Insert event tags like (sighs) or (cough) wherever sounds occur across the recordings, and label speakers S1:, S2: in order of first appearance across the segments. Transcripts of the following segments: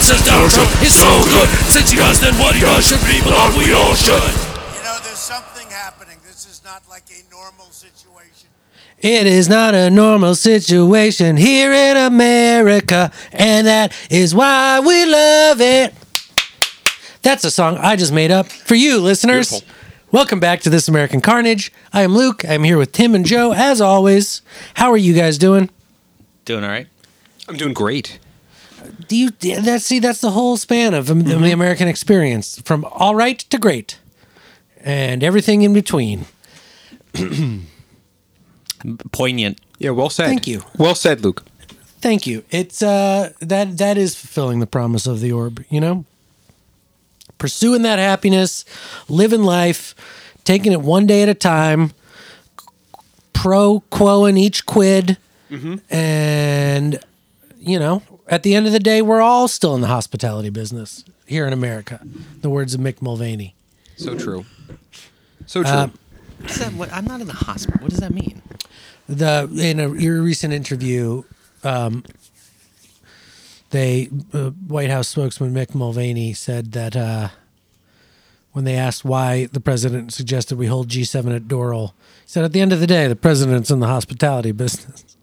S1: culture is so good. Since he does, then what he does should be beloved. We all should.
S2: You know, there's something happening. This is not like a normal situation.
S3: It is not a normal situation here in America, and that is why we love it. That's a song I just made up for you, listeners.
S1: Beautiful.
S3: Welcome back to This American Carnage. I am Luke. I'm here with Tim and Joe, as always. How are you guys doing?
S4: Doing all right.
S1: I'm doing great.
S3: Do you that see? That's the whole span of um, the American experience, from all right to great, and everything in between.
S4: Poignant.
S1: Yeah, well said.
S3: Thank you.
S1: Well said, Luke.
S3: Thank you. It's uh that that is fulfilling the promise of the orb, you know? Pursuing that happiness, living life, taking it one day at a time, pro quoing each quid, and you know, at the end of the day, we're all still in the hospitality business here in America. The words of Mick Mulvaney.
S1: So true. So true.
S3: Uh,
S4: What's that? What, I'm not in the hospital. What does that mean?
S3: the in a your recent interview, um, they uh, White House spokesman Mick Mulvaney said that uh, when they asked why the president suggested we hold G7 at Doral, he said at the end of the day the president's in the hospitality business,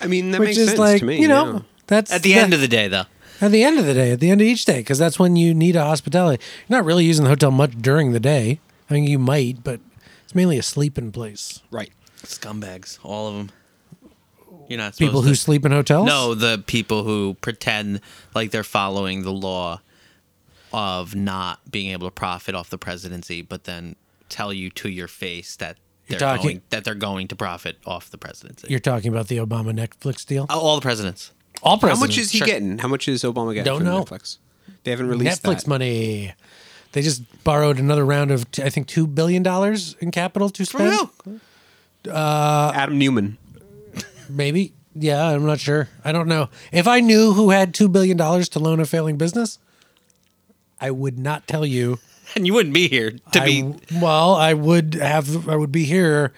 S1: I mean, that
S3: which
S1: makes
S3: is
S1: sense
S3: like
S1: to me.
S3: you know
S1: yeah.
S3: that's
S4: At the
S3: that-
S4: end of the day, though.
S3: at the end of the day, at the end of each day, because that's when you need a hospitality. You're not really using the hotel much during the day. I mean, you might, but it's mainly a sleeping place.
S1: right.
S4: Scumbags, all of them. You're not
S3: People
S4: supposed
S3: who
S4: to-
S3: sleep in hotels.
S4: No, the people who pretend like they're following the law of not being able to profit off the presidency, but then tell you to your face that they're
S3: talking-
S4: going that they're going to profit off the presidency.
S3: You're talking about the Obama Netflix deal?
S4: Oh, all the presidents.
S3: All
S1: How
S3: presidents.
S1: much is he
S4: Sure.
S1: getting? How much is Obama getting
S3: Don't
S1: from
S3: know.
S1: Netflix? They haven't released
S3: Netflix
S1: that.
S3: money? They just borrowed another round of, t- I think, two billion dollars in capital to spend.
S1: Adam Newman.
S3: Maybe. Yeah, I'm not sure. I don't know. If I knew who had two billion dollars to loan a failing business, I would not tell
S1: (laughs)
S3: you.
S4: And you wouldn't be here to
S3: I
S4: be
S3: w- well, I would have. I would be here,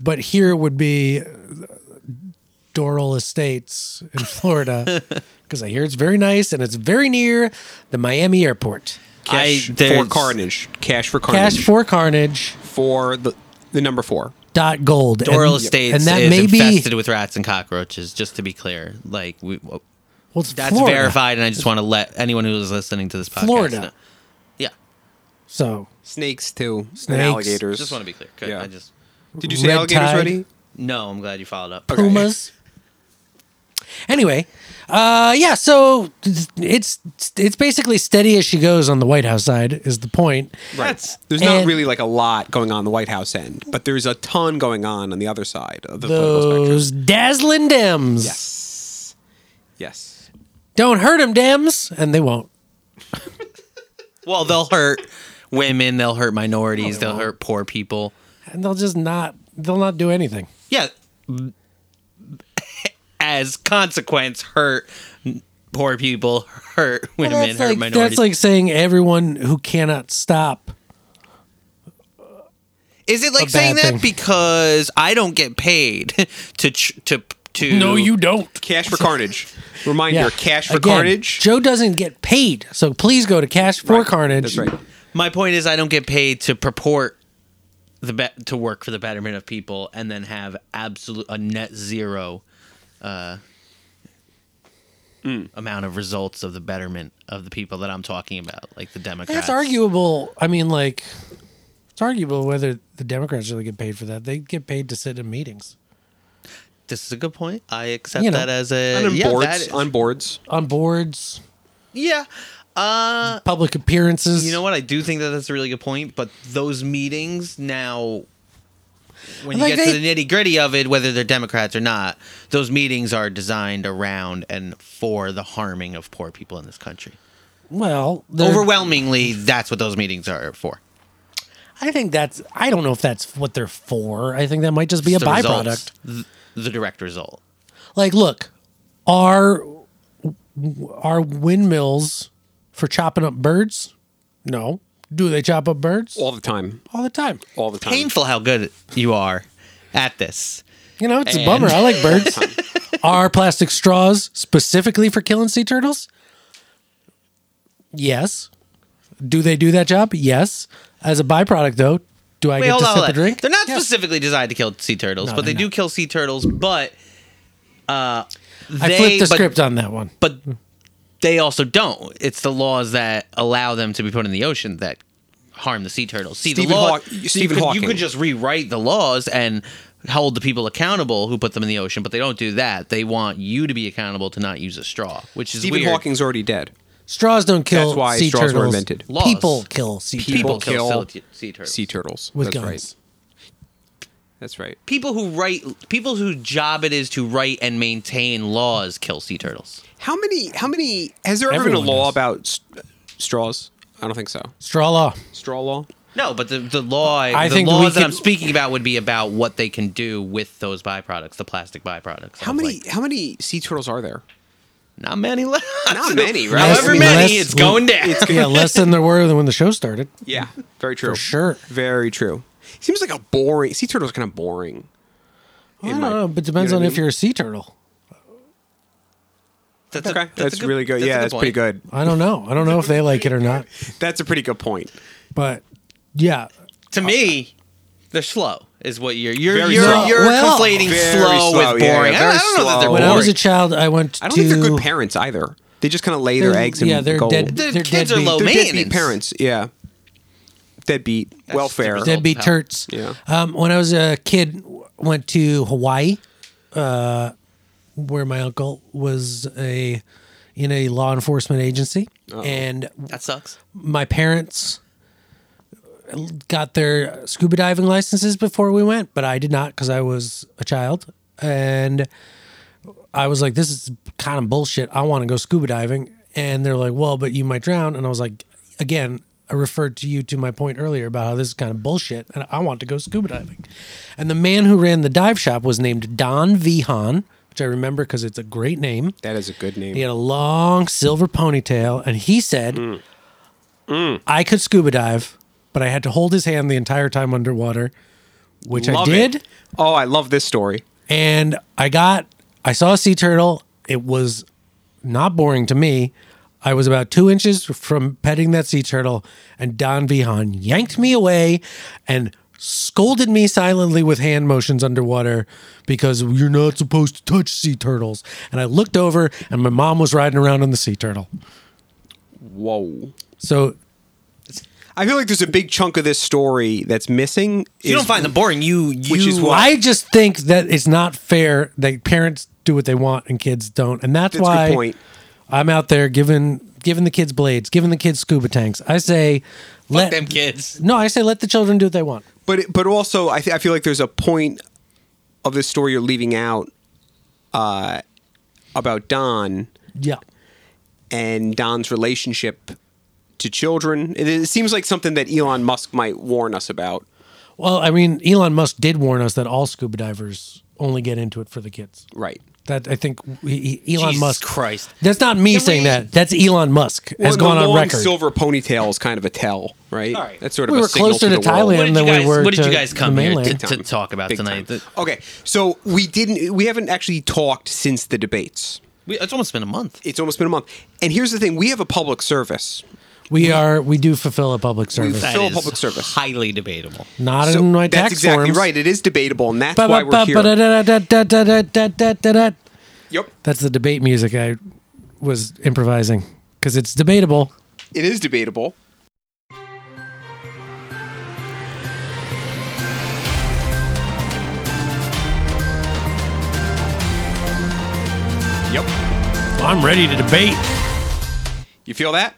S3: but here would be uh, Doral Estates in
S1: (laughs)
S3: Florida because I hear it's very nice and it's very near the Miami airport.
S1: Cash
S4: I-
S1: for
S4: there's-
S1: Carnage. Cash for Carnage.
S3: Cash for Carnage.
S1: for the the number four.
S3: dot gold and,
S4: Doral Estates
S3: and that
S4: is
S3: may
S4: infested
S3: be
S4: with rats and cockroaches. Just to be clear, like we, well,
S3: well, it's
S4: that's
S3: Florida,
S4: verified, and I just want to let anyone who is listening to this podcast.
S3: Florida.
S4: know. Yeah,
S3: So
S1: Snakes too. Snakes.
S3: Snakes. alligators.
S4: just want to be clear. Good.
S1: Yeah.
S4: I just
S1: Did you say
S3: Red
S1: alligators
S3: tide.
S1: already?
S4: no. I'm glad you followed up.
S1: Okay.
S3: pumas. Anyway, uh, yeah. So it's it's basically steady as she goes on the White House side is the point.
S1: Right. There's not
S3: and-
S1: really like a lot going on the White House end, but there's a ton going on on the other side of the political spectrum.
S3: Those dazzling Dems.
S1: Yes. Yes.
S3: Don't hurt them, Dems, and they won't.
S4: Well, they'll hurt women. They'll hurt minorities. they'll
S3: Oh,
S4: hurt poor people.
S3: And they'll just not. They'll not do anything.
S4: Yeah. As consequence, hurt poor people, hurt women,
S3: Well, that's,
S4: hurt
S3: like,
S4: minorities.
S3: that's like saying everyone who cannot stop.
S4: Is it like
S3: a
S4: saying
S3: bad
S4: that
S3: thing.
S4: because I don't get paid (laughs) to ch- to to?
S3: don't.
S1: Cash for Carnage. Reminder: Cash for
S3: Again,
S1: Carnage.
S3: Joe doesn't get paid, so please go to Cash for
S1: Right.
S3: Carnage.
S1: That's right.
S4: My point is, I don't get paid to purport the be- to work for the betterment of people, and then have absolute a net zero
S1: Hmm.
S4: uh, amount of results of the betterment of the people that I'm talking about, like the Democrats.
S3: That's arguable. I mean, like, it's arguable whether the Democrats really get paid for that. They get paid to sit in meetings
S4: This is a good point. I accept
S3: You know.
S4: that as a
S1: And on
S4: yeah, that
S1: boards.
S4: is-
S1: On boards.
S3: on boards,
S4: yeah. Uh,
S3: public appearances.
S4: You know what? I do think that that's a really good point, but those meetings now, when you
S3: Like
S4: get to
S3: they-
S4: the nitty gritty of it, whether they're Democrats or not, those meetings are designed around and for the harming of poor people in this country.
S3: Well, they're-
S4: Overwhelmingly, that's what those meetings are for.
S3: I think that's. I don't know if that's what they're for. I think that might just be a
S4: The
S3: byproduct.
S4: results, th- the direct result.
S3: Like, look, are are windmills for chopping up birds? No. Do they chop up birds
S1: All the time.
S3: all the time?
S1: All the time.
S4: Painful how good you are at this.
S3: You know, it's a
S4: And-
S3: bummer.
S1: (laughs)
S3: I like birds. Are plastic straws specifically for killing sea turtles? Yes. Do they do that job? Yes. As a byproduct, though, do I
S4: Wait,
S3: get
S4: hold
S3: to
S4: on,
S3: sip
S4: hold
S3: a
S4: on.
S3: drink?
S4: They're not
S3: Yes.
S4: specifically designed to kill sea turtles,
S3: No,
S4: but
S3: they're
S4: they do
S3: not.
S4: kill sea turtles. But uh,
S3: I
S4: they,
S3: flipped the
S4: but-
S3: script on that one.
S4: but they also don't. It's the laws that allow them to be put in the ocean that harm the sea turtles. See,
S1: Stephen
S4: the law,
S1: Haw- Stephen
S4: you, could, you
S1: Hawking.
S4: could just rewrite the laws and hold the people accountable who put them in the ocean, but they don't do that. They want you to be accountable to not use a straw, which is
S1: Stephen
S4: weird.
S1: Hawking's already dead.
S3: Straws don't kill
S1: That's why
S3: sea
S1: straws were
S3: turtles.
S1: invented.
S4: Laws.
S3: People kill sea turtles.
S4: people,
S1: People
S4: kill,
S1: kill
S4: sea turtles.
S1: Sea turtles.
S3: With
S1: That's
S3: guns.
S1: right. That's right.
S4: people who write, people whose job it is to write and maintain laws, kill sea turtles.
S1: How many? How many? Has there ever
S3: Everyone
S1: been a law
S3: does.
S1: about st- straws? I don't think so.
S3: Straw law.
S1: (laughs) Straw law.
S4: No, but the, the law,
S3: I
S4: the
S3: think we
S4: laws that
S3: could-
S4: I'm speaking about would be about what they can do with those byproducts, the plastic byproducts.
S1: How
S4: of,
S1: many?
S4: like,
S1: how many sea turtles are there?
S4: not many left.
S1: Not many, right?
S4: However
S3: Less-
S4: many,
S3: less-
S4: it's going down.
S1: (laughs)
S3: yeah, less than there were when the show started.
S1: Yeah, very true.
S3: sure.
S1: Very true. Seems like a boring sea turtles. Kind of boring.
S3: I
S1: It
S3: don't
S1: might-
S3: know, but it depends
S1: you know
S3: on
S1: what I
S3: if
S1: mean?
S3: you're a sea turtle.
S4: that's, a-
S1: Okay,
S4: a
S1: that's, really good. yeah,
S4: a
S1: that's pretty
S4: point.
S1: good.
S3: I don't know. I don't know if they like it or not,
S1: That's a pretty good point.
S3: but yeah.
S4: To me, they're slow. Is what you're you're
S1: Very
S4: you're,
S1: slow.
S4: you're
S3: Well-
S4: conflating
S1: Very
S4: slow,
S1: slow,
S4: with
S1: yeah,
S4: boring. I don't- I, don't know
S1: very
S4: that they're
S1: slow.
S3: When
S4: boring.
S3: I was a child, I went
S1: I don't
S3: to.
S1: think they're good parents either. They just kind of lay their
S3: They're-
S1: eggs and
S3: yeah, they're
S1: go.
S3: dead-
S4: the
S3: they're
S4: kids are
S3: deadbeat.
S4: low
S1: They're deadbeat
S4: maintenance.
S1: parents. Yeah, deadbeat welfare.
S4: different.
S3: That'd be
S4: Old pal.
S3: turts.
S1: Yeah.
S3: Um, when I was a kid, w- went to Hawaii, uh, where my uncle was a in a law enforcement agency, and
S4: That sucks.
S3: my parents got their scuba diving licenses before we went, but I did not because I was a child. And I was like, this is kind of bullshit. I want to go scuba diving. And they're like, well, but you might drown. And I was like, again, I referred to you to my point earlier about how this is kind of bullshit and I want to go scuba diving. And the man who ran the dive shop was named Don V. Hahn, which I remember because it's a great name.
S1: That is a good name.
S3: He had a long silver ponytail, and he said,
S1: Mm.
S3: Mm. "I could scuba dive, but I had to hold his hand the entire time underwater, which
S1: Love
S3: I did.
S1: It. Oh, I love this story.
S3: And I got, I saw a sea turtle. It was not boring to me. I was about two inches from petting that sea turtle, and Don Vihan yanked me away and scolded me silently with hand motions underwater because you're not supposed to touch sea turtles. And I looked over, and my mom was riding around on the sea turtle.
S1: Whoa.
S3: So
S1: I feel like there's a big chunk of this story that's missing.
S4: You
S1: is-
S4: don't find them boring. You you
S1: Which is why-
S3: I just think that it's not fair that parents do what they want and kids don't, and that's,
S1: That's a good
S3: why
S1: point.
S3: I'm out there giving giving the kids blades, giving the kids scuba tanks. I say, let
S4: (laughs) them kids.
S3: No, I say let the children do what they want.
S1: but it- but also I, th- I feel like there's a point of this story you're leaving out uh, about Don
S3: Yeah,
S1: and Don's relationship to children. It, it seems like something that Elon Musk might warn us about.
S3: well, I mean, Elon Musk did warn us that all scuba divers only get into it for the kids.
S1: Right.
S3: That I think he, he- Elon
S4: Jesus
S3: Musk.
S4: Christ.
S3: That's not me
S4: Can
S3: saying
S4: we-
S3: that. That's Elon Musk has
S1: Well,
S3: gone
S1: the
S3: on
S1: long
S3: record.
S1: Silver ponytail is kind of a tell, right?
S4: All right.
S1: That's sort of
S3: we
S1: a
S3: were
S1: signal
S3: closer
S1: to,
S3: to
S1: the world.
S3: Thailand
S4: What did
S3: than
S4: you
S3: we
S4: guys-
S3: were.
S4: what did
S3: to
S4: you guys come
S3: the
S4: here to-
S3: mainland.
S1: Big time.
S4: talk about
S1: Big
S4: tonight.
S1: time. Okay, so we didn't. We haven't actually talked since the debates.
S4: We, it's almost been a month.
S1: It's almost been a month. And here's the thing: we have a public service.
S3: We are. We do fulfill a public service.
S1: That Still a public service.
S4: highly debatable.
S3: Not
S1: So
S3: in my
S1: that's
S3: tax
S1: exactly
S3: forms.
S1: right. It is debatable, and that's
S3: Ba-
S1: why
S3: ba-
S1: we're
S3: ba-
S1: here.
S3: ba-da-da-da-da-da-da-da-da-da.
S1: Yep,
S3: That's the debate music I was improvising because it's debatable.
S1: it is debatable. Yep,
S3: I'm ready to debate.
S1: you feel that?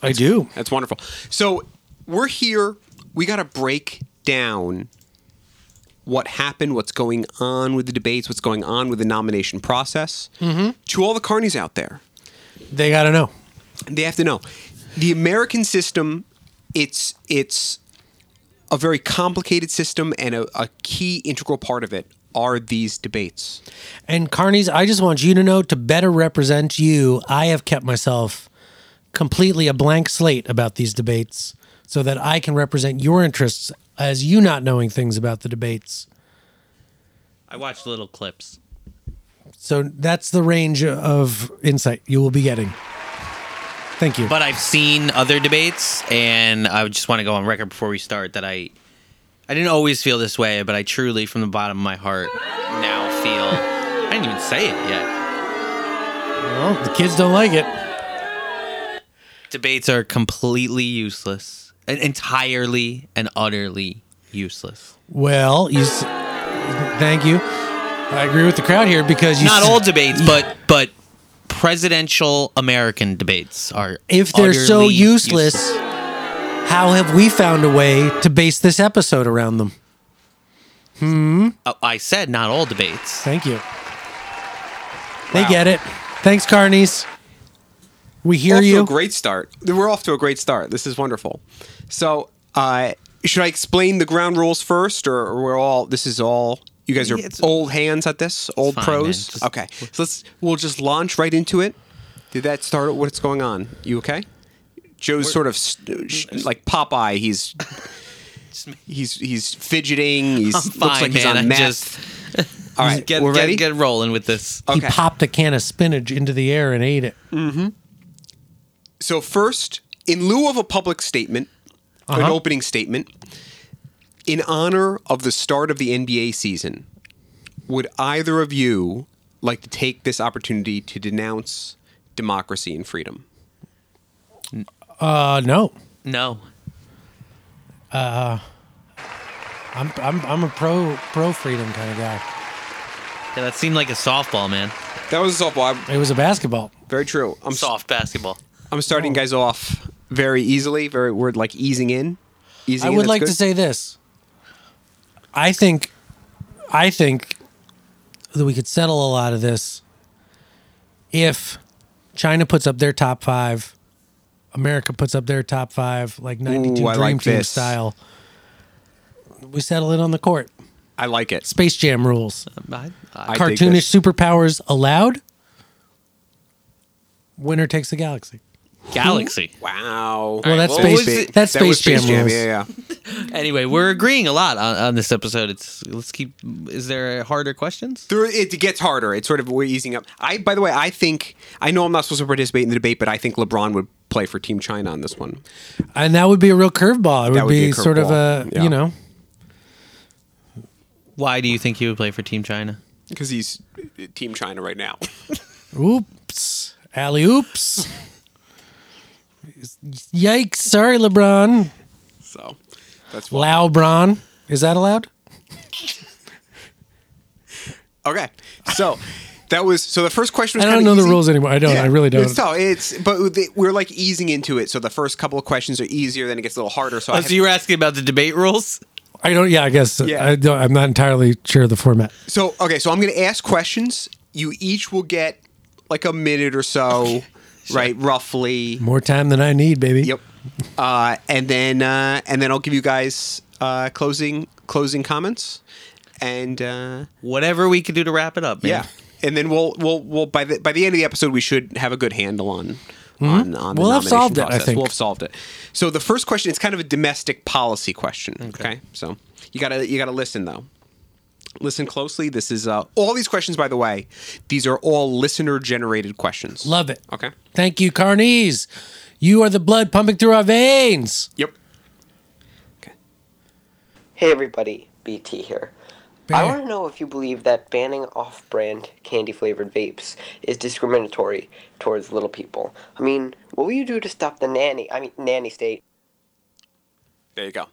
S3: I do.
S1: That's wonderful. So we're here. We got to break down what happened, what's going on with the debates, what's going on with the nomination process. Mm-hmm. To all the carnies out there,
S3: They got to know.
S1: they have to know the American system. It's it's a very complicated system, and a, a key integral part of it are these debates.
S3: And Carnies, I just want you to know to better represent you, I have kept myself completely a blank slate about these debates so that I can represent your interests as you not knowing things about the debates.
S4: I watched little clips.
S3: So that's the range of insight you will be getting. Thank you.
S4: But I've seen other debates, and I would just want to go on record before we start that I, I didn't always feel this way, but I truly, from the bottom of my heart, now feel. I didn't even say it yet.
S3: Well, the kids don't like it.
S4: Debates are completely useless, and entirely and utterly useless.
S3: Well, you. s- Thank you. I agree with the crowd here because you.
S4: Not
S3: s-
S4: all debates, but but presidential American debates are
S3: if they're so
S4: utterly
S3: useless, how have we found a way to base this episode around them?
S4: Uh, I said not all debates.
S3: Thank you. They get it. Thanks, Carnies. We hear
S1: off To
S3: you.
S1: a great start. We're off to a great start. This is wonderful. So, uh, should I explain the ground rules first, or, or we're all this is all you guys are
S4: Yeah, it's-
S1: old hands at this, old
S4: fine,
S1: pros.
S4: man. Just-
S1: okay, so let's we'll just launch right into it. Did that start? What's going on? You okay? Joe's sort of st- sh- like Popeye. He's he's he's fidgeting. He's
S4: I'm
S1: looks
S4: fine,
S1: like he's
S4: man.
S1: on
S4: I
S1: meth.
S4: just
S1: all
S4: (laughs)
S1: right,
S4: get
S1: we're
S4: get,
S1: ready.
S4: get rolling with this.
S3: He
S1: okay.
S3: popped a can of spinach into the air and ate it.
S1: So first, in lieu of a public statement, an
S3: Uh-huh.
S1: opening statement, in honor of the start of the NBA season, would either of you like to take this opportunity to denounce democracy and freedom?
S3: Uh, no.
S4: No.
S3: I'm, I'm, I'm a pro pro freedom kind of guy.
S4: Yeah, that seemed like a softball, man.
S1: That was a softball.
S3: It was a basketball.
S1: Very true. I'm
S4: Soft basketball.
S1: I'm starting you guys off very easily. Very we're like easing in. Easing
S3: I
S1: in,
S3: would
S1: that's
S3: like
S1: good.
S3: to say this. I think, I think that we could settle a lot of this if China puts up their top five, America puts up their top five, like '92
S1: Ooh, I
S3: Dream
S1: like
S3: Team
S1: this.
S3: style. We settle it on the court.
S1: I like it.
S3: Space Jam rules.
S4: I,
S1: I
S4: I,
S1: dig
S3: Cartoonish
S1: this.
S3: superpowers allowed. Winner takes the galaxy.
S4: galaxy.
S1: Wow.
S3: Well, that's
S1: What was
S3: Space-
S1: it?
S3: that's
S1: That was
S3: Space Jam rules.
S1: Yeah, yeah.
S4: Anyway, we're agreeing a lot on, on this episode. It's let's keep. Is there harder questions?
S1: There, it gets harder. It's sort of we're easing up. I, by the way, I think I know I'm not supposed to participate in the debate, but I think LeBron would play for Team China on this one.
S3: And that would be a real curveball. It would,
S1: That would
S3: be,
S1: be a
S3: sort of a,
S1: curveball. Yeah.
S3: you know,
S4: Why do you think he would play for Team China?
S1: because he's uh, Team China right now. (laughs)
S3: Oops. Alley oops. Yikes. Sorry, LeBron.
S1: So that's why.
S3: Laubron. Is that allowed?
S1: Okay, so that was so the first question. Was
S3: I don't
S1: kinda
S3: know the
S1: easy.
S3: rules anymore. I don't. I really don't.
S1: It's, tough. It's- but they- we're like easing into it. So the first couple of questions are easier, then it gets a little harder. So I
S4: Oh,
S1: have-
S4: so you were asking about the debate rules?
S3: I don't. Yeah, I guess.
S1: Yeah.
S3: I don't, I'm not entirely sure of the format.
S1: So okay, so I'm going to ask questions. You each will get like a minute or so, right? Roughly.
S3: More time than I need, baby.
S1: Yep. Uh, and then uh, and then I'll give you guys uh, closing closing comments, and uh,
S4: Whatever we could do to wrap it up, man.
S1: yeah, and then we'll we'll we'll by the by the end of the episode we should have a good handle on. On, on the
S3: Mm-hmm. We'll have
S1: nomination
S3: solved it, I
S1: process.
S3: think.
S1: We'll have solved it. So the first question is kind of a domestic policy question. Okay. So you gotta you gotta listen though. Listen closely. This is uh, all these questions, by the way. These are all listener generated questions.
S3: Love it.
S1: Okay.
S3: Thank you, Carnies. You are the blood pumping through our veins.
S1: Yep.
S5: Hey everybody, BT here. I
S3: Bear.
S5: want to know if you believe that banning off brand candy flavored vapes is discriminatory towards little people. I mean, what will you do to stop the nanny? I mean, nanny state.
S1: There you go.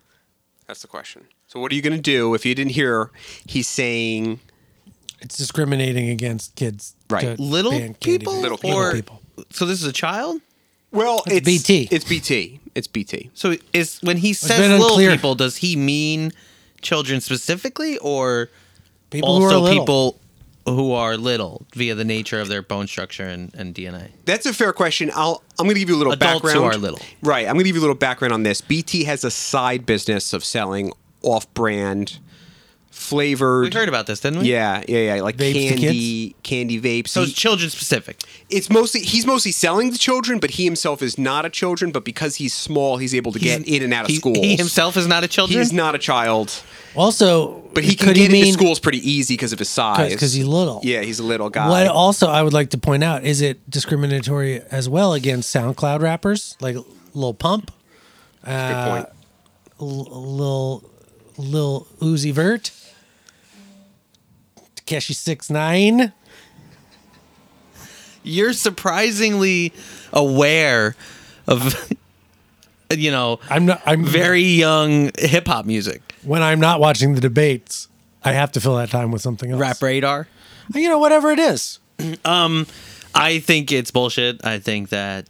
S1: That's the question. So what are you going to do if you didn't hear? He's saying
S3: It's discriminating against kids.
S1: Right.
S3: to
S4: Little
S3: ban candy.
S4: people,
S1: Little
S4: or
S1: people.
S4: so this is a child.
S1: Well,
S3: It's BT.
S1: It's BT. It's BT.
S4: So is when he says
S3: been
S4: little
S3: unclear.
S4: people, does he mean children specifically, or
S3: People who are
S4: also
S3: little.
S4: people who are little via the nature of their bone structure and, and DNA?
S1: That's a fair question. I'll I'm going to give you a little
S4: Adults who
S1: background.
S4: are little.
S1: Right. I'm going to give you a little background on this. BT has a side business of selling off-brand flavored.
S4: We heard about this, didn't we?
S1: Yeah, yeah, yeah. Like
S3: Vapes to
S1: candy, candy vapes.
S4: So
S1: He-
S4: it's children specific.
S1: it's mostly he's mostly selling to children, but he himself is not a children. But because he's small, he's able to get in and out of
S4: he,
S1: schools.
S4: He himself is not a children.
S1: he's not a child,
S3: Also,
S1: but he can
S3: could
S1: get
S3: he
S1: into
S3: mean,
S1: schools pretty easy because of his size.
S3: because he's little.
S1: yeah, he's a little guy.
S3: What also I would like to point out is it discriminatory as well against SoundCloud rappers like Lil Pump,
S1: Good
S4: uh,
S1: point.
S3: Lil Lil Uzi Vert, Takeshi Six Nine.
S4: You're surprisingly aware of, (laughs) you know,
S3: I'm not. I'm
S4: very young hip hop music.
S3: when I'm not watching the debates. I have to fill that time with something else.
S4: Rap radar.
S3: You know, whatever it is.
S4: I think it's bullshit. I think that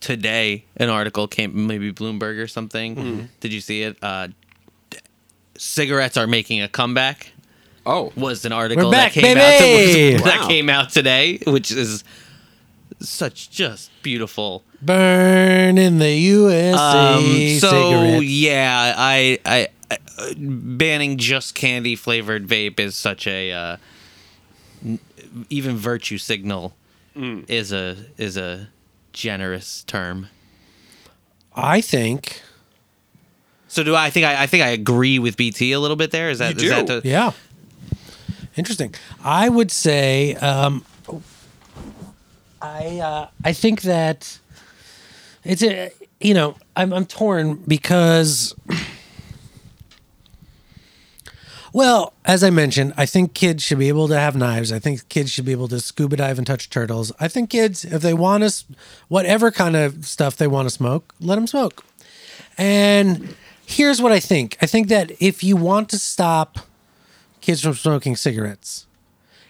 S4: today an article came, maybe Bloomberg or something. Did you see it? Uh, d- cigarettes are making a comeback.
S1: Oh,
S4: was an article
S3: We're back,
S4: that came
S3: baby!
S4: out to-
S1: Wow.
S4: (laughs) that came out today, which is such just beautiful.
S3: Burn in the USA.
S4: Um, so
S3: cigarette.
S4: yeah, I, I, I uh, banning just candy flavored vape is such a uh, n- even virtue signal
S1: Mm.
S4: is a is a generous term.
S3: I think.
S4: So do I I think I, I think I agree with BT a little bit there. Is that
S1: You
S4: is that
S1: do.
S4: the,
S3: Yeah. Interesting. I would say um, I uh, I think that it's a you know I'm I'm torn because well as I mentioned I think kids should be able to have knives I think kids should be able to scuba dive and touch turtles I think kids if they want us whatever kind of stuff they want to smoke let them smoke and here's what I think I think that if you want to stop kids from smoking cigarettes,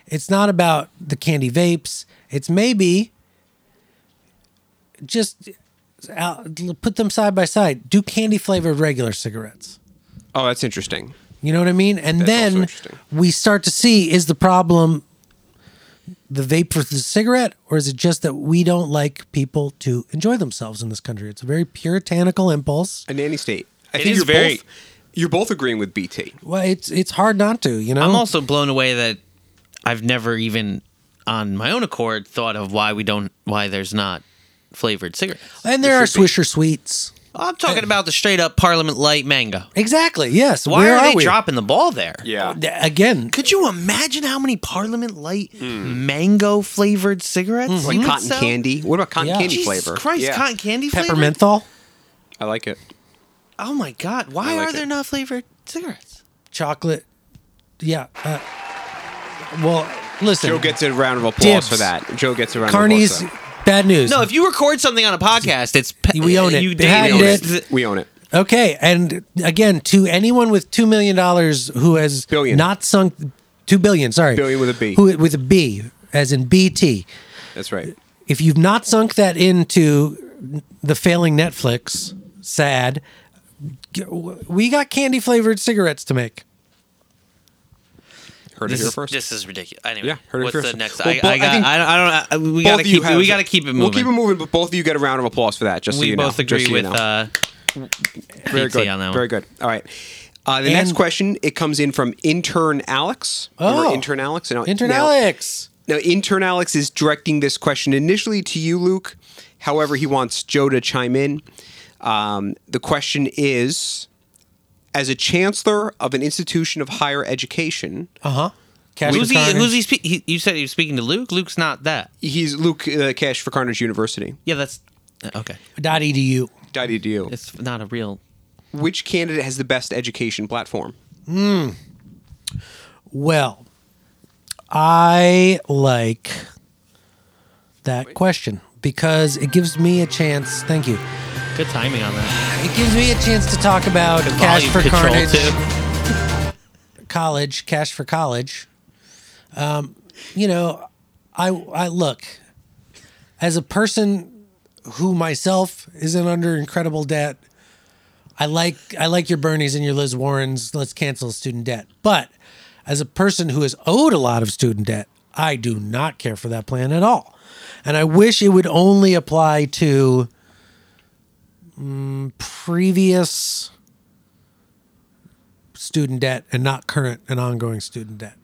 S3: it's not about the candy vapes. It's maybe just out, put them side by side. Do candy flavored regular cigarettes.
S1: oh, that's interesting.
S3: You know what I mean? And
S1: That's also
S3: then
S1: interesting.
S3: we start to see is the problem the vape for the cigarette, or is it just that we don't like people to enjoy themselves in this country? It's a very puritanical impulse.
S1: A nanny state. I
S4: It
S1: think
S4: is
S1: you're
S4: very-
S1: both you're both agreeing with BT.
S3: Well, it's it's hard not to, you know.
S4: I'm also blown away that I've never even on my own accord thought of why we don't why there's not flavored cigarettes.
S3: and there are
S1: should be.
S3: Swisher sweets.
S4: I'm talking about the straight up Parliament Light mango.
S3: Exactly. Yes.
S4: Why
S3: Where
S4: are, they
S3: we?
S4: dropping the ball there?
S1: Yeah.
S3: Again,
S4: Could you imagine how many Parliament Light mango flavored cigarettes? you
S1: Like
S4: would
S1: Hmm. cotton
S4: sell?
S1: candy. What about cotton
S3: Yeah.
S1: candy
S4: Jesus
S1: flavor?
S4: Christ,
S1: Yeah.
S4: cotton candy flavor.
S3: peppermenthal,
S1: I
S4: (sighs)
S1: like it.
S4: Oh my God!
S1: I
S4: Why
S1: like
S4: are there
S1: it.
S4: not flavored cigarettes?
S3: chocolate. Yeah. Uh, well, listen,
S1: Joe gets a round of applause
S3: Dibs.
S1: for that. Joe gets a round of
S3: Carney's
S1: applause. for
S3: bad news.
S4: No, if you record something on a podcast, it's pe-
S3: We own it.
S4: You
S3: They had
S1: that.
S4: dated
S1: We own
S3: it.
S1: it. We own it.
S3: okay, and again, to anyone with two million dollars who has
S1: Billion.
S3: not sunk two billion, sorry,
S1: Billion with a B.
S3: who with a B as in BT.
S1: That's right.
S3: if you've not sunk that into the failing Netflix, sad. g- We got candy flavored cigarettes to make.
S1: Heard
S4: This
S1: it here
S4: is,
S1: first.
S4: this is ridiculous. Anyway,
S1: Yeah, heard it
S4: what's
S1: here
S4: the
S1: first.
S4: next?
S1: Well,
S4: I,
S1: bo- I
S4: I, got,
S1: think
S4: I, don't, I don't. I- We
S1: Both
S4: gotta
S1: of you
S4: keep.
S1: have-
S4: We gotta keep it moving.
S1: We'll keep it moving, but both of you get a round of applause for that. Just so
S4: we
S1: you know.
S4: both agree
S1: Just so you
S4: with
S1: know.
S4: uh,
S1: very
S4: PT
S1: good.
S4: on that one.
S1: Very good. All right. Uh, the next
S3: And-
S1: question it comes in from intern Alex. Remember
S3: Oh.
S1: intern Alex. Now,
S3: Intern
S1: now-
S3: Alex.
S1: Now, intern Alex is directing this question initially to you, Luke. However, he wants Joe to chime in. Um, the question is: As a chancellor of an institution of higher education,
S3: Uh huh.
S4: who's he? Who's he, spe- he? You said he was speaking to Luke. Luke's not that.
S1: he's Luke uh, Cash for Carnage University.
S4: Yeah, that's okay.
S3: Dot edu.
S1: Dot edu.
S4: It's not a real.
S1: Which candidate has the best education platform?
S3: Well, I like that question because it gives me a chance. Thank you.
S4: Good timing on that.
S3: It gives me a chance to talk about
S4: Good
S3: Cash
S4: volume
S3: for
S4: control,
S3: Carnage,
S4: too.
S3: (laughs) college, Cash for College. Um, you know, I I look as a person who myself isn't under incredible debt. I like I like your Bernies and your Liz Warrens. Let's cancel student debt. But as a person who has owed a lot of student debt, I do not care for that plan at all, and I wish it would only apply to mm, previous student debt and not current and ongoing student debt.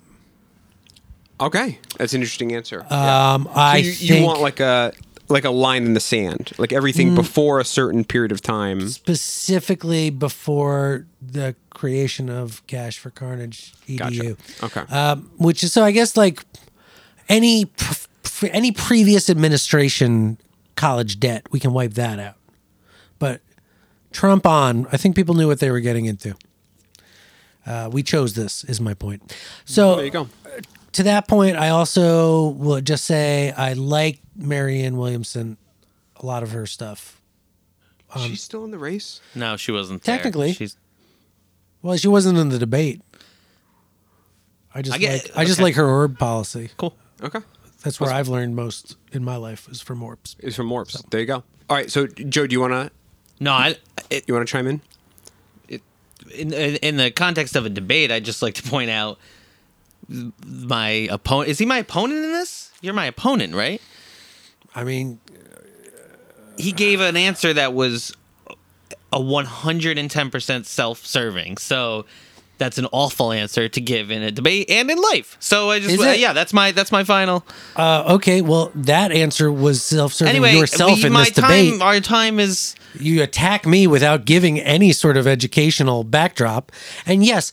S1: Okay, that's an interesting answer.
S3: Um, I
S1: you, you
S3: think
S1: want like a like a line in the sand, like everything before a certain period of time.
S3: specifically before the creation of Cash for Carnage E EDU.
S1: Gotcha. Okay.
S3: um, which is so I guess like any pr- pr- any previous administration college debt we can wipe that out, but Trump on I think people knew what they were getting into. Uh, we chose this is my point. So
S1: there you go.
S3: to that point, I also will just say I like Marianne Williamson, a lot of her stuff.
S1: She's still in the race.
S4: No, she wasn't. there.
S3: Technically.
S4: she's
S3: Well, she wasn't in the debate. I just
S4: I get-
S3: like I just
S4: okay.
S3: like her orb policy.
S4: cool.
S1: Okay,
S3: That's where I've learned most in my life is from orbs.
S1: it's from Morps. There you go. All right, so Joe, do you wanna
S4: No, I it,
S1: you wanna chime in?
S4: in, in in the context of a debate, I'd just like to point out my opponent. Is he my opponent in this? You're my opponent, right?
S3: I mean,
S4: He gave an answer that was a 110% self-serving. So that's an awful answer to give in a debate and in life. So I just
S3: Is it?
S4: yeah, that's my that's my final.
S3: uh, okay, well, that answer was self-serving
S4: Anyway,
S3: yourself
S4: we-
S3: in
S4: my
S3: this
S4: time
S3: debate.
S4: our time is
S3: you attack me without giving any sort of educational backdrop. And yes,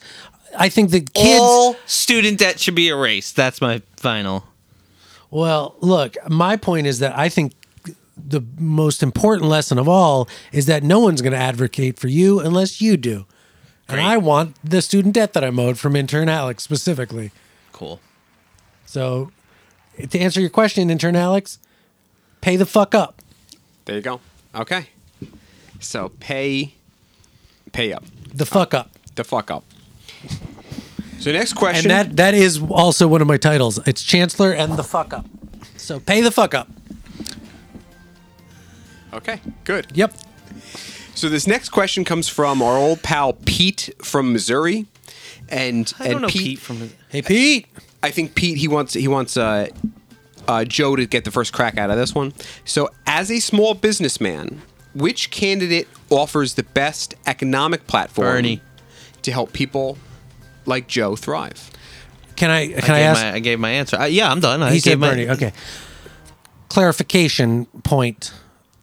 S3: I think the kids.
S4: all student debt should be erased. That's my final.
S3: Well, look, my point is that I think the most important lesson of all is that no one's going to advocate for you unless you do. And
S4: Great.
S3: I want the student debt that I'm owed from intern Alex specifically.
S4: Cool.
S3: So, to answer your question, intern Alex, pay the fuck up.
S1: There you go. Okay, so pay pay up
S3: The fuck up.
S1: the fuck up. So next question.
S3: And that that is also one of my titles. It's Chancellor and the fuck up. So pay the fuck up.
S1: okay, good.
S3: Yep.
S1: So this next question comes from our old pal Pete from Missouri, and
S4: I
S1: and
S4: don't know Pete,
S1: Pete,
S4: from the
S3: Hey Pete.
S1: I think Pete he wants he wants uh, uh, Joe to get the first crack out of this one. So, as a small businessman, which candidate offers the best economic platform
S4: Bernie.
S1: to help people like Joe thrive?
S3: Can I can I,
S4: gave
S3: ask? Oh,
S4: my, I gave my answer. I, yeah, I'm done. I
S3: he
S4: gave
S3: said
S4: my,
S3: Bernie. Okay. Clarification point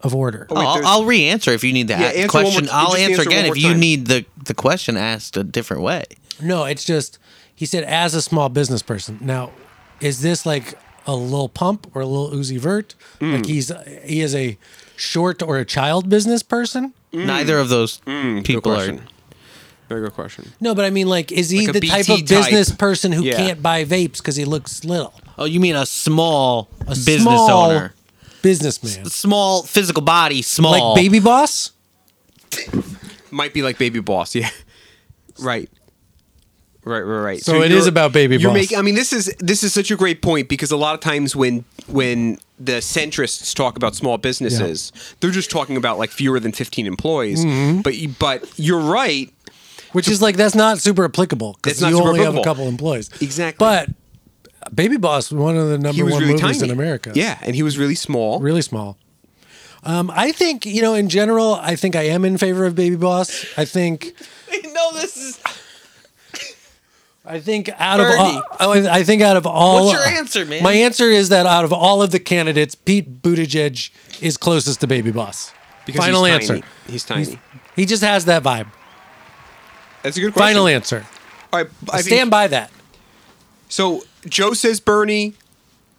S3: of order.
S1: Oh, Wait,
S4: I'll,
S1: there's-
S4: I'll re-answer if you need that
S1: Yeah, answer one more
S4: question.
S1: t-
S4: I'll
S1: just
S4: answer,
S1: answer
S4: again
S1: one
S4: if
S1: more
S4: you
S1: time.
S4: need the the question asked a different way.
S3: No, it's just he said as a small business person. Now, is this like a little pump or a little Uzi Vert? Like he's he is a short or a child business person?
S1: Mm.
S4: Neither of those people are.
S1: Very good question.
S3: No, but I mean like is he
S1: Like a
S3: the type
S1: BT
S3: of business
S1: type.
S3: person who
S1: Yeah.
S3: can't buy vapes because he looks little?
S4: Oh, you mean a small business
S3: Small
S4: owner,
S3: Businessman.
S4: small physical body, small
S3: Like baby boss?
S1: Might be like
S3: (laughs)
S1: Baby Boss, yeah. Right. Right, right, right.
S3: So it is
S1: you're-
S3: about Baby
S1: you're
S3: Boss.
S1: making- I mean, this is this is such a great point because a lot of times when when the centrists talk about small businesses, they're just talking about like fewer than fifteen employees.
S3: Mm-hmm.
S1: But you, but you're right.
S3: Which is like that's not super applicable because
S1: That's not
S3: you
S1: super
S3: only have a
S1: applicable.
S3: couple employees.
S1: Exactly.
S3: But Baby Boss, one of the number
S1: He was
S3: one
S1: really
S3: movies
S1: tiny
S3: in America.
S1: Yeah, and he was really small.
S3: really small. Um, I think you know, in general, I think I am in favor of Baby Boss. I think,
S4: no, this is.
S3: I think out
S4: Bernie.
S3: of all, I I think out of all,
S4: What's your answer, man?
S3: My answer is that out of all of the candidates, Pete Buttigieg is closest to Baby Boss.
S1: Because
S3: Final
S1: he's
S3: answer.
S1: Tiny. He's tiny.
S3: He just has that vibe.
S1: That's a good question.
S3: Final answer.
S1: All right,
S3: I
S1: I think-
S3: stand by that.
S1: So Joe says Bernie,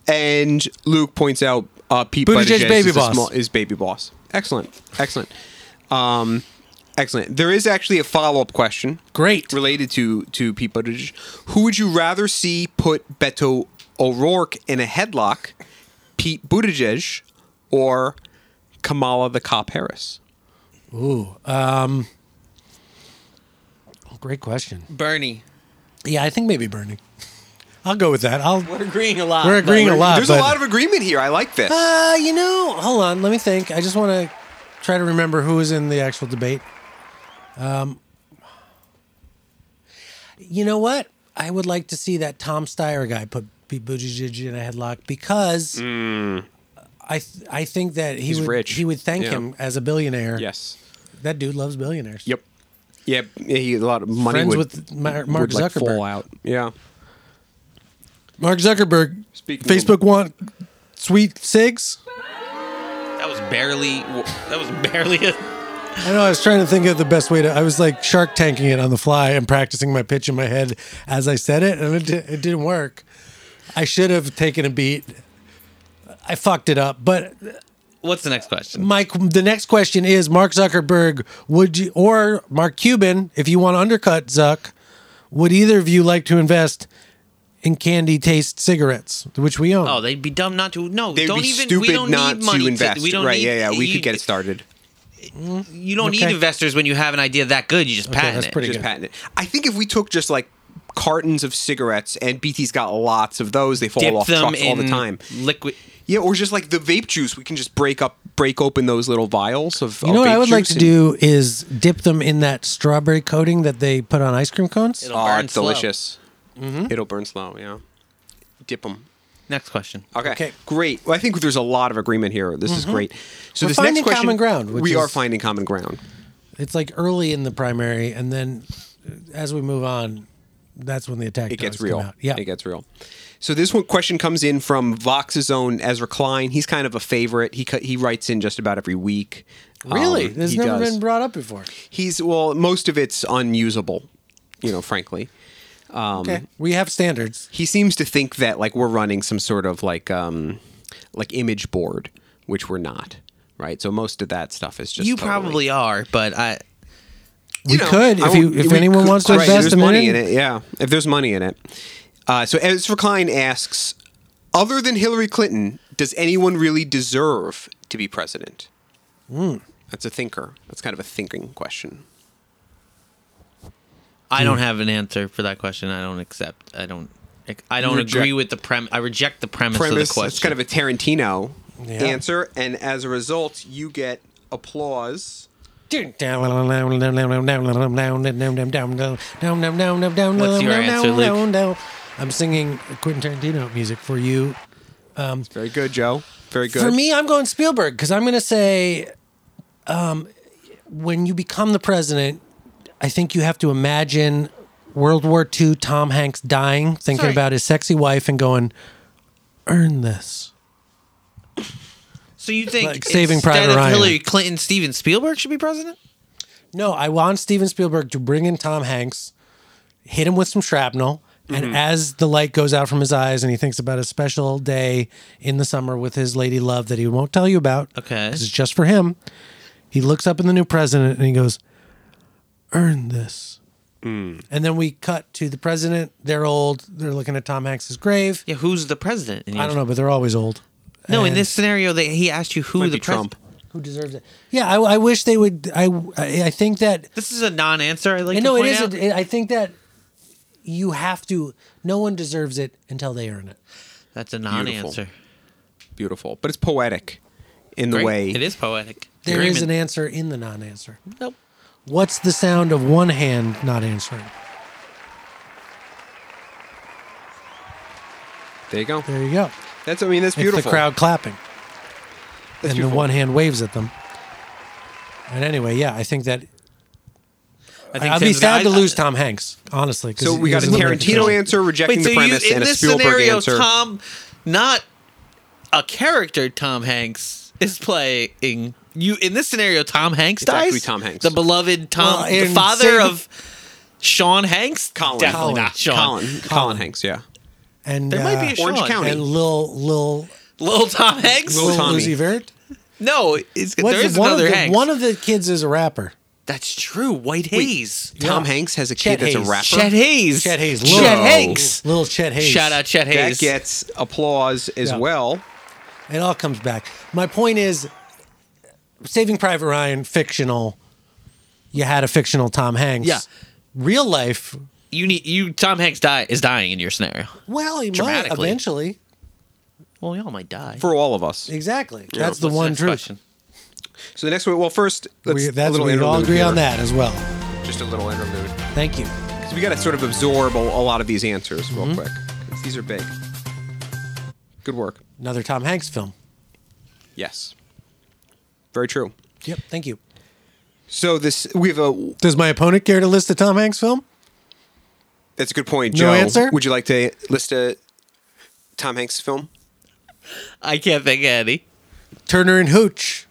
S1: and Luke points out uh, Pete
S3: Buttigieg
S1: Buttigieg,
S3: Baby
S1: is, a
S3: Boss.
S1: small- is baby boss. Excellent, excellent, um, excellent. There is actually a follow up question
S3: Great.
S1: related to to Pete Buttigieg. Who would you rather see put Beto O'Rourke in a headlock, Pete Buttigieg, or Kamala the cop Harris?
S3: Great question.
S4: Bernie.
S3: Yeah, I think maybe Bernie. I'll go with that. I'll.
S4: We're agreeing a lot.
S3: We're
S4: but-
S3: agreeing a lot.
S1: There's
S3: but-
S1: a lot of agreement here. I like this.
S3: Uh, you know, hold on. Let me think. I just want to try to remember who was in the actual debate. Um, you know what? I would like to see that Tom Steyer guy put Pete Buttigieg in a headlock because I th- I think that he
S1: Mm. He's
S3: would
S1: rich.
S3: he would thank
S1: Yeah.
S3: him as a billionaire.
S1: yes.
S3: that dude loves billionaires.
S1: Yep. Yeah, he a lot of money
S3: Friends
S1: would,
S3: with Mar-
S1: would,
S3: Mark
S1: like,
S3: Zuckerberg.
S1: fall out. Yeah,
S3: Mark Zuckerberg.
S1: Speaking of-
S3: Facebook want sweet cigs.
S4: That was barely. That was barely a.
S3: I know. I was trying to think of the best way to. I was like shark tanking it on the fly and practicing my pitch in my head as I said it, and it, di- it didn't work. I should have taken a beat. I fucked it up. But
S4: What's the next question?
S3: Mike, the next question is Mark Zuckerberg. Would you or Mark Cuban, if you want to undercut Zuck, would either of you like to invest in candy taste cigarettes, which we own?
S4: Oh, they'd be dumb not to. No,
S1: they'd
S4: don't
S1: be
S4: even.
S1: stupid
S4: we don't
S1: not
S4: need money
S1: to invest.
S4: we don't
S1: right?
S4: need-
S1: yeah, yeah. We
S4: you-
S1: could get it started.
S4: You don't
S3: Okay.
S4: need investors when you have an idea that good. You just patent
S3: that's
S4: it.
S3: pretty
S1: Just
S3: good.
S1: patent it. I think if we took just like cartons of cigarettes, and BT's got lots of those. They fall
S4: Dip
S1: off
S4: them
S1: trucks
S4: in
S1: all the time.
S4: Liquid.
S1: Yeah, or just like the vape juice, we can just break up, break open those little vials of.
S3: You know what I would like to do is dip them in that strawberry coating that they put on ice cream cones.
S4: It'll-
S1: Oh,
S4: Burn
S1: it's
S4: slow.
S1: delicious.
S3: Mm-hmm.
S1: It'll burn slow. Yeah, dip them.
S4: Next question.
S1: Okay.
S3: Okay. Mm-hmm.
S1: great. Well, I think there's a lot of agreement here. This is great. So
S3: We're
S1: this
S3: finding
S1: next question,
S3: common ground, which
S1: We are
S3: is-
S1: finding common ground.
S3: It's like early in the primary, and then as we move on, that's when the attack
S1: It gets
S3: dogs come
S1: real.
S3: out. Yeah,
S1: it gets real. So this one question comes in from Vox's own Ezra Klein. He's kind of a favorite. He co- he writes in just about every week.
S3: really.
S1: Um,
S3: This
S1: he
S3: never
S1: does.
S3: been brought up before.
S1: He's well, most of it's unusable. You know, frankly. Um,
S3: okay, we have standards.
S1: he seems to think that like we're running some sort of like um like image board which we're not right so most of that stuff is just
S4: you
S1: totally-
S4: probably are, but I.
S3: we
S1: know,
S3: could
S1: I
S3: if you
S1: won't-
S3: if
S1: we
S3: anyone
S1: could-
S3: wants to
S1: right,
S3: invest
S1: there's
S3: a
S1: money
S3: minute.
S1: in it yeah if there's money in it uh, so Ezra Klein asks other than Hillary Clinton does anyone really deserve to be president
S3: Hmm.
S1: that's a thinker that's kind of a thinking question
S4: I don't have an answer for that question. I don't accept. I don't. I don't
S1: Reject-
S4: agree with the premise. I reject the premise, of
S1: premise
S4: the question.
S1: it's kind of a Tarantino
S3: Yeah.
S1: answer and as a result you get applause
S3: I'm singing Quentin Tarantino music for you.
S1: very good Joe very good
S3: For me, I'm going Spielberg because I'm going to say, um, when you become the president, I think you have to imagine World War II Tom Hanks dying, thinking
S4: Sorry.
S3: about his sexy wife, and going, "Earn this."
S4: so you think
S3: like Saving
S4: instead
S3: Private
S4: of
S3: Ryan.
S4: Hillary Clinton, Steven Spielberg should be president?
S3: No, I want Steven Spielberg to bring in Tom Hanks, hit him with some shrapnel, and as the light goes out from his eyes and he thinks about a special day in the summer with his lady love that he won't tell you about.
S4: Okay.
S3: 'cause it's just for him. He looks up in the new president and he goes, Earn this. And then we cut to the president. They're old. They're looking at Tom Hanks's grave.
S4: Yeah, who's the president? in
S3: I
S4: your-
S3: don't know, but they're always old.
S4: No, in
S3: And-
S4: this scenario, they, he asked you who
S1: Might
S4: the
S1: be Trump.
S4: Trump.
S3: who deserves it? Yeah, I, I wish they would. I I I think that
S4: This is a non-answer. I like.
S3: no,
S4: to
S3: it
S4: point
S3: is.
S4: out.
S3: a- I think that you have to. No one deserves it until they earn it.
S4: That's a non-answer.
S1: beautiful, but it's poetic in the
S4: Great.
S1: way.
S4: it is poetic.
S3: There is an
S4: Agreement.
S3: answer in the non-answer.
S4: Nope.
S3: What's the sound of one hand not answering?
S1: There you go.
S3: There you go.
S1: That's I mean that's
S3: It's
S1: beautiful.
S3: the crowd clapping,
S1: That's
S3: and the
S1: beautiful.
S3: one hand waves at them. And anyway, yeah, I think that
S4: I think
S3: I'd be
S4: Tim's-
S3: sad
S4: I-
S3: to
S4: I-
S3: lose Tom Hanks, honestly. 'cause
S1: So
S3: he
S1: we got a
S3: doesn't look like the
S1: Tarantino
S3: president.
S1: answer rejecting
S4: Wait, so
S1: the
S4: you,
S1: premise
S4: in
S1: and a
S4: this
S1: Spielberg
S4: scenario,
S1: answer.
S4: Tom, not a character, Tom Hanks is playing. You in this scenario, Tom Hanks
S1: It's actually
S4: dies.
S1: Tom Hanks.
S4: the beloved Tom,
S3: Well,
S4: the
S3: in
S4: father
S3: Saving-
S4: of Sean Hanks.
S1: Colin.
S4: definitely
S3: Colin.
S4: not Sean.
S1: Colin, Colin
S3: Colin.
S1: Hanks, yeah.
S3: and
S4: There might be
S3: uh,
S4: a
S1: Orange
S4: Sean.
S1: County.
S3: and Lil Lil
S4: Little Tom Hanks.
S1: Lil-
S3: Lil
S1: Tommy.
S3: Uzi Vert.
S4: no, it's,
S3: What's
S4: there is
S3: the- one
S4: another
S3: of the,
S4: Hanks.
S3: One of the kids is a rapper.
S4: That's true. White Hayes.
S1: Tom
S3: Yeah.
S1: Hanks has a
S3: Chet
S1: kid that's
S3: Hayes.
S1: a rapper.
S4: Chet Hayes.
S3: Chet Hayes.
S4: Chet
S3: Lil-
S4: Hanks.
S3: Little Chet Hayes.
S4: Shout out Chet
S1: that
S4: Hayes.
S1: gets applause as
S3: Yeah.
S1: well.
S3: It all comes back. My point is, Saving Private Ryan, fictional. You had a fictional Tom Hanks.
S4: Yeah.
S3: Real life.
S4: you need you. Tom Hanks die is dying in your scenario.
S3: Well, he might
S4: Dramatically.
S3: eventually.
S4: Well, we all might die.
S1: For all of us.
S3: Exactly. That's the
S4: What's
S3: one
S4: next
S3: truth.
S4: question?
S1: So the next one, well, first, let's
S3: We,
S1: a
S3: that's
S1: little
S3: we all
S1: interlude
S3: agree on
S1: here.
S3: that as well.
S1: Just a little interlude.
S3: Thank you.
S1: Because we got to sort of absorb a, a lot of these answers real
S3: Mm-hmm.
S1: quick. These are big. Good work.
S3: Another Tom Hanks film.
S1: Yes. Very true.
S3: Yep. Thank you.
S1: So this we have a
S3: Does my opponent care to list a Tom Hanks film?
S1: that's a good point,
S3: No
S1: Joe.
S3: answer?
S1: Would you like to list a Tom Hanks film?
S4: I can't think of any.
S3: Turner and Hooch,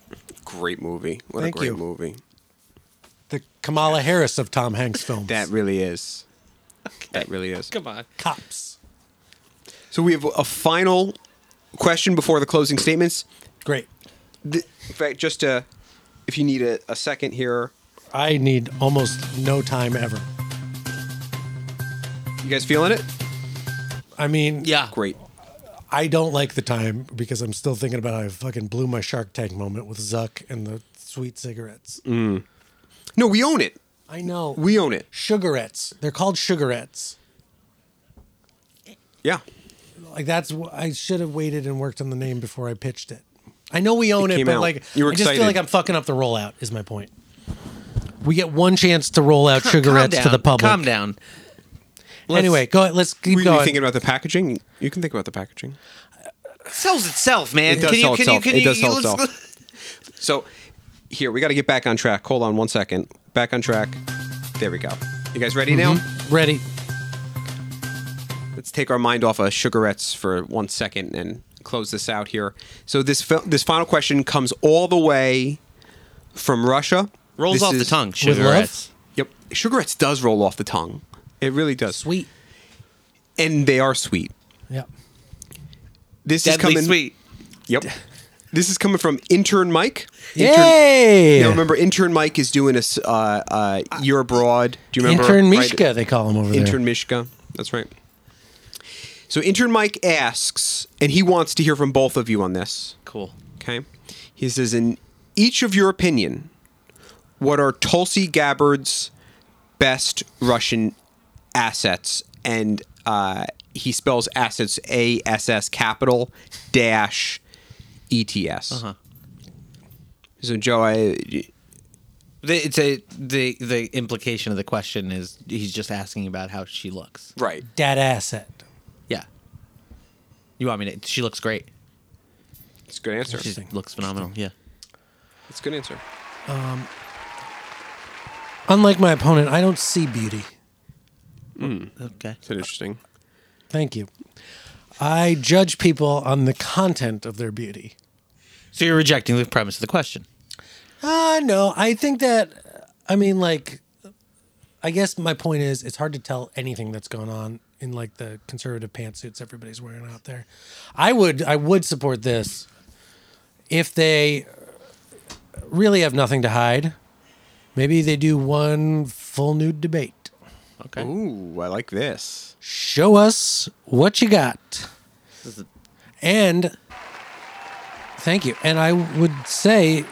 S1: Great movie. What
S3: Thank
S1: a great
S3: you.
S1: movie.
S3: the Kamala Harris of Tom Hanks films.
S1: That really is. That really is.
S4: Come on.
S3: Cops.
S1: So we have a final question before the closing statements.
S3: Great.
S1: Th- in fact, just uh if you need a, a second here,
S3: I need almost no time ever.
S1: you guys feeling it?
S3: I mean,
S4: Yeah.
S1: Great.
S3: I don't like the time because I'm still thinking about how I fucking blew my Shark Tank moment with Zuck and the sweet cigarettes.
S1: Mm. No, we own it.
S3: I know.
S1: We own it.
S3: sugarettes. They're called sugarettes.
S1: Yeah.
S3: Like that's wh- I should have waited and worked on the name before I pitched it. I know we own
S1: It
S3: it,
S1: came
S3: but
S1: out.
S3: like
S1: You were
S3: I just feel
S1: excited.
S3: like I'm fucking up the rollout. Is my point. We get one chance to roll out sugarettes
S4: Calm
S3: to the
S4: down.
S3: public.
S4: Calm down.
S3: Anyway, go ahead. Let's keep
S1: Were you
S3: going.
S1: thinking about the packaging? You can think about the packaging.
S4: sells itself, man.
S1: It does
S4: can
S1: sell
S4: you, can
S1: itself.
S4: You, can
S1: It
S4: you,
S1: does sell
S4: let's-
S1: itself. So here, we got to get back on track. Hold on one second. Back on track. There we go. You guys ready now?
S3: Ready?
S1: Let's take our mind off of sugarettes for one second and close this out here. So this fi- this final question comes all the way from Russia.
S4: Rolls
S1: This
S4: off the
S1: is-
S4: tongue.
S3: love?
S4: Cigarettes.
S1: Yep, sugarettes does roll off the tongue. It really does.
S3: Sweet.
S1: and they are sweet.
S3: Yeah.
S1: This is
S4: Deadly
S1: coming.
S4: sweet. (laughs)
S1: Yep. This is coming from intern Mike.
S3: Yay!
S1: Now remember, intern Mike is doing a s- uh, uh, year abroad. Do you remember
S3: Intern
S1: right?
S3: Mishka, they call him over
S1: Intern
S3: there.
S1: Mishka. That's right. So intern Mike asks, and he wants to hear from both of you on this.
S4: Cool.
S1: Okay, he says, in each of your opinion, what are Tulsi Gabbard's best Russian assets? And uh, he spells assets A S S capital dash E T S.
S4: Uh-huh.
S1: So Joe, I,
S4: The, it's a, the the implication of the question is he's just asking about how she looks.
S1: right?
S3: Dad asset.
S4: Yeah. You want me to? She looks great.
S1: It's a good answer.
S4: She looks phenomenal. Yeah.
S1: It's a good answer.
S3: Unlike my opponent, I don't see beauty.
S4: Okay.
S1: It's interesting.
S3: Thank you. I judge people on the content of their beauty.
S4: So you're rejecting the premise of the question.
S3: Uh, no, I think that, I mean, like, I guess my point is it's hard to tell anything that's going on in like the conservative pantsuits everybody's wearing out there. I would, I would support this if they really have nothing to hide. Maybe they do one full nude debate.
S4: Okay.
S1: Ooh, I like this.
S3: Show us what you got. And thank you. And I would say,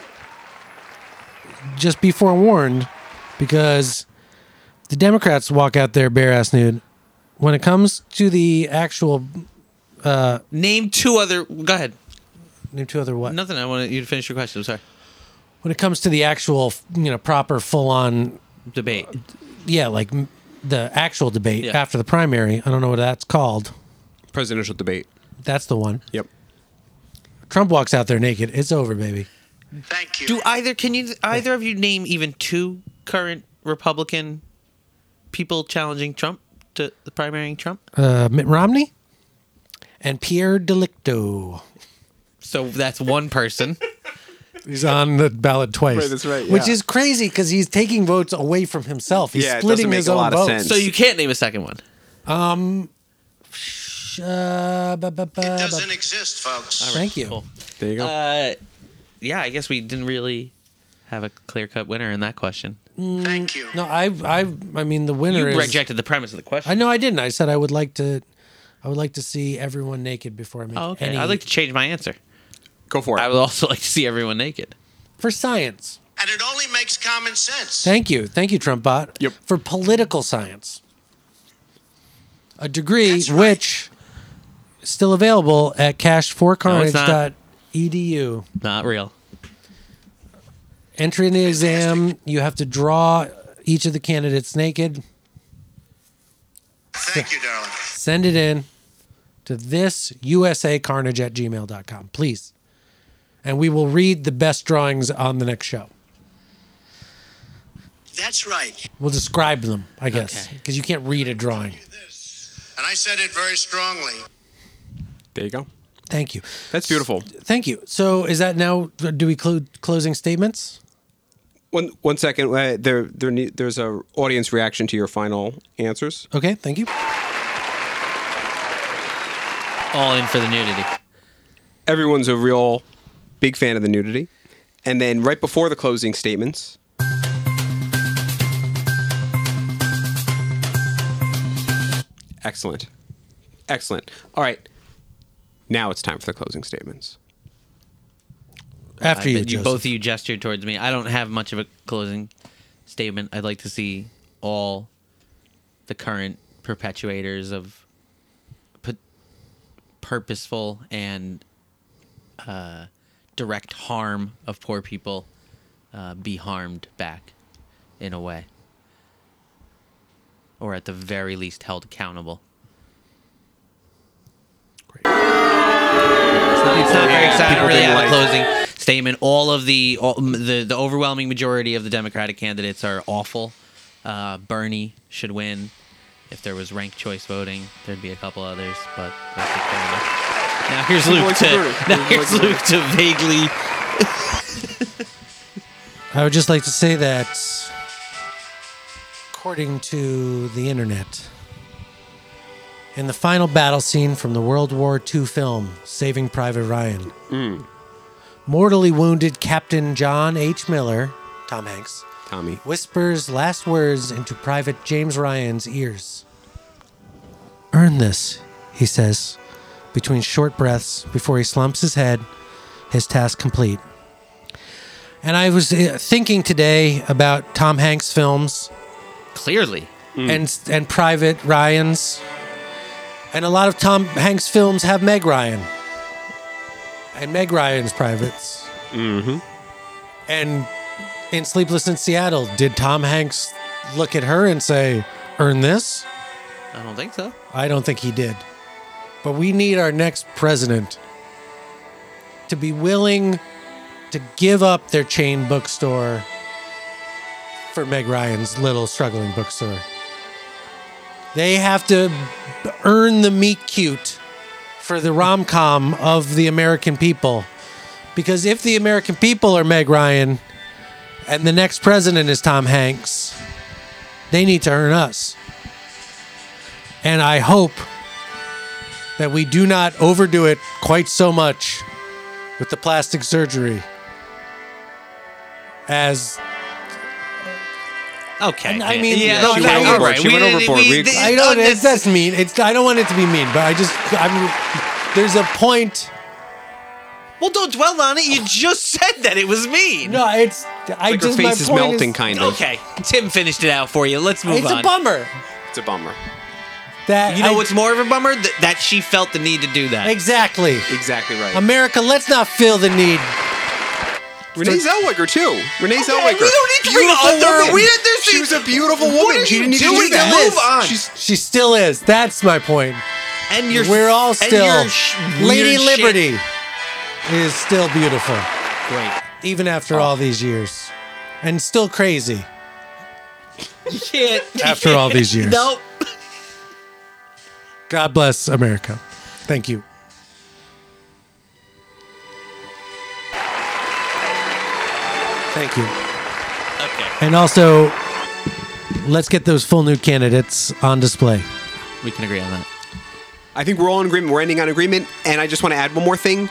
S3: just be forewarned, because the Democrats walk out there bare ass nude. When it comes to the actual
S4: Name two other. Go ahead.
S3: name two other what?
S4: Nothing. I wanted you to finish your question. I'm sorry.
S3: When it comes to the actual, you know, proper full on
S4: Debate.
S3: yeah, like m- the actual debate
S4: Yeah.
S3: after the primary. I don't know what that's called.
S1: Presidential debate.
S3: That's the one.
S1: Yep.
S3: Trump walks out there naked. It's over, baby.
S2: Thank you.
S4: Do either can you either of you name even two current Republican people challenging Trump to the primarying Trump?
S3: uh, Mitt Romney and Pierre Delicto.
S4: So that's one person.
S3: He's on the ballot twice.
S1: Right, that's right,
S3: Which
S1: yeah.
S3: is crazy because he's taking votes away from himself. He's
S1: Yeah, it doesn't
S3: splitting
S1: make
S3: his
S1: a
S3: own
S1: lot of
S3: votes.
S1: sense.
S4: so you can't name a second one.
S3: Uh, ba, ba, ba,
S2: It
S3: ba.
S2: doesn't exist, folks.
S3: Thank you.
S4: Cool.
S1: There you go.
S4: Uh, yeah, I guess we didn't really have a clear cut winner in that question.
S2: Thank you.
S3: No, I, I, I mean the winner
S4: You
S3: is.
S4: rejected the premise of the question.
S3: I know I didn't. I said I would like to, I would like to see everyone naked before I make
S4: Oh, okay.
S3: any.
S4: I'd like to change my answer.
S1: Go for it.
S4: I would also like to see everyone naked.
S3: for science.
S2: And it only makes common sense.
S3: Thank you, thank you, Trump bot.
S1: Yep.
S3: For political science, a degree
S2: That's right.
S3: which is still available at E
S4: not.
S3: cash4carnage.edu.
S4: Not real.
S3: Entry in the exam, you have to draw each of the candidates naked.
S2: Thank you, darling.
S3: Send it in to this usacarnage at gmail.com, please. And we will read the best drawings on the next show.
S6: That's right.
S3: We'll describe them, I guess,
S4: Okay.
S3: because you can't read a drawing.
S2: And I said it very strongly.
S1: There you go.
S3: Thank you.
S1: That's beautiful.
S3: Thank you. So, is that now? Do we clo- closing statements?
S1: One one second. Uh, there there ne- there's a audience reaction to your final answers.
S3: Okay. Thank you.
S4: All in for the nudity.
S1: Everyone's a real big fan of the nudity. And then right before the closing statements, excellent, excellent. All right, now it's time for the closing statements.
S3: After
S4: I
S3: you,
S4: bet
S3: Joseph.
S4: both of you gestured towards me. I don't have much of a closing statement. I'd like to see all the current perpetuators of pu- purposeful and uh, direct harm of poor people uh, be harmed back in a way, or at the very least held accountable. It's not, it's not very exciting. I don't really have a closing statement. All of the all, m- the the overwhelming majority of the Democratic candidates are awful. Uh, Bernie should win. If there was ranked choice voting, there'd be a couple others, but that's just fair enough. now here's Luke
S1: voice
S4: to
S1: of Bernie.
S4: now here's
S1: Here's the voice
S4: Luke to vaguely
S3: I would just like to say that, according to the internet, in the final battle scene from the World War II film Saving Private Ryan,
S4: Hmm.
S3: mortally wounded Captain John H. Miller, Tom Hanks,
S1: Tommy,
S3: whispers last words into Private James Ryan's ears. Earn this, he says, between short breaths before he slumps his head, his task complete. And I was uh, thinking today about Tom Hanks films
S4: clearly.
S3: and and Private Ryan's, and a lot of Tom Hanks films have Meg Ryan, and Meg Ryan's privates. Mm-hmm. And in Sleepless in Seattle, did Tom Hanks look at her and say, "Earn this"?
S4: I don't think so.
S3: I don't think he did. But we need our next president to be willing to give up their chain bookstore for Meg Ryan's little struggling bookstore. They have to earn the meat cute for the rom com of the American people. Because if the American people are Meg Ryan and the next president is Tom Hanks, they need to earn us. And I hope that we do not overdo it quite so much with the plastic surgery as
S4: Okay.
S3: And I mean-
S4: yeah,
S3: No,
S4: she
S3: no,
S4: went
S3: no,
S4: overboard.
S1: she went
S4: didn't-
S1: overboard. We-
S4: didn't-
S3: I know
S4: oh,
S3: that's, that's mean. It's I don't want it to be mean, but I just I'm there's a point.
S4: Well, don't dwell on it. You just said that it was me.
S3: No, it's I
S1: like her
S3: just my
S1: face is
S3: point
S1: melting, kind
S4: (laughs)
S1: of.
S4: Okay, Tim finished it out for you. Let's move
S3: It's
S4: on.
S3: a bummer
S1: It's a bummer.
S3: that
S4: You know
S3: I-
S4: what's more of a bummer? That, that she felt the need to do that.
S3: exactly
S1: Exactly right.
S3: America. Let's not feel the need.
S1: Renee Zellweger too. Renee
S4: we don't
S1: Zellweger.
S4: need to read
S1: Beautiful
S4: other-
S1: woman.
S4: we didn't- there's-
S1: she was a beautiful
S4: What
S1: woman.
S4: are
S1: She
S4: you
S1: didn't need to
S4: doing?
S1: do that.
S4: Move on.
S1: She's
S3: She still is. That's my point.
S4: And you're
S3: We're all still
S4: and your sh-
S3: Lady
S4: weird shit-
S3: Liberty is still beautiful.
S4: Great.
S3: even after
S4: Oh.
S3: all these years, and still crazy
S4: Shit. (laughs)
S3: after all these years.
S4: nope.
S3: God bless America. Thank you. Thank you.
S4: Okay.
S3: And also, let's get those full new candidates on display.
S4: We can agree on that.
S1: I think we're all in agreement. We're ending on agreement. And I just want to add one more thing.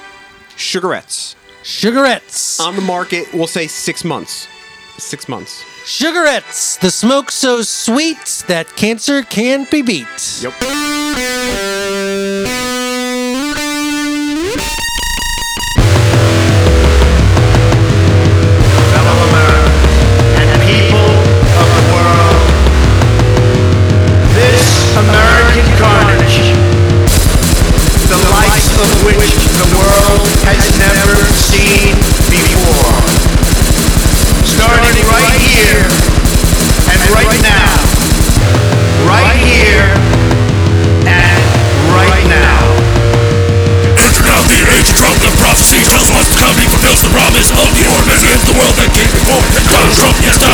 S1: Sugarettes.
S3: Sugarettes.
S1: On the market, we'll say six months. Six months.
S3: Sugarettes. The smoke so sweet that cancer can be beat.
S1: Yep.
S6: Fellow Americans and people of the world, this American carnage, the likes of which the world has never seen before, starting right here and right now, right here and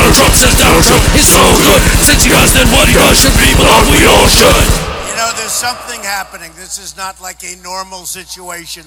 S7: It's so good. Since you guys did what you guys should be, but we all should.
S2: You know, there's something happening. This is not like a normal situation.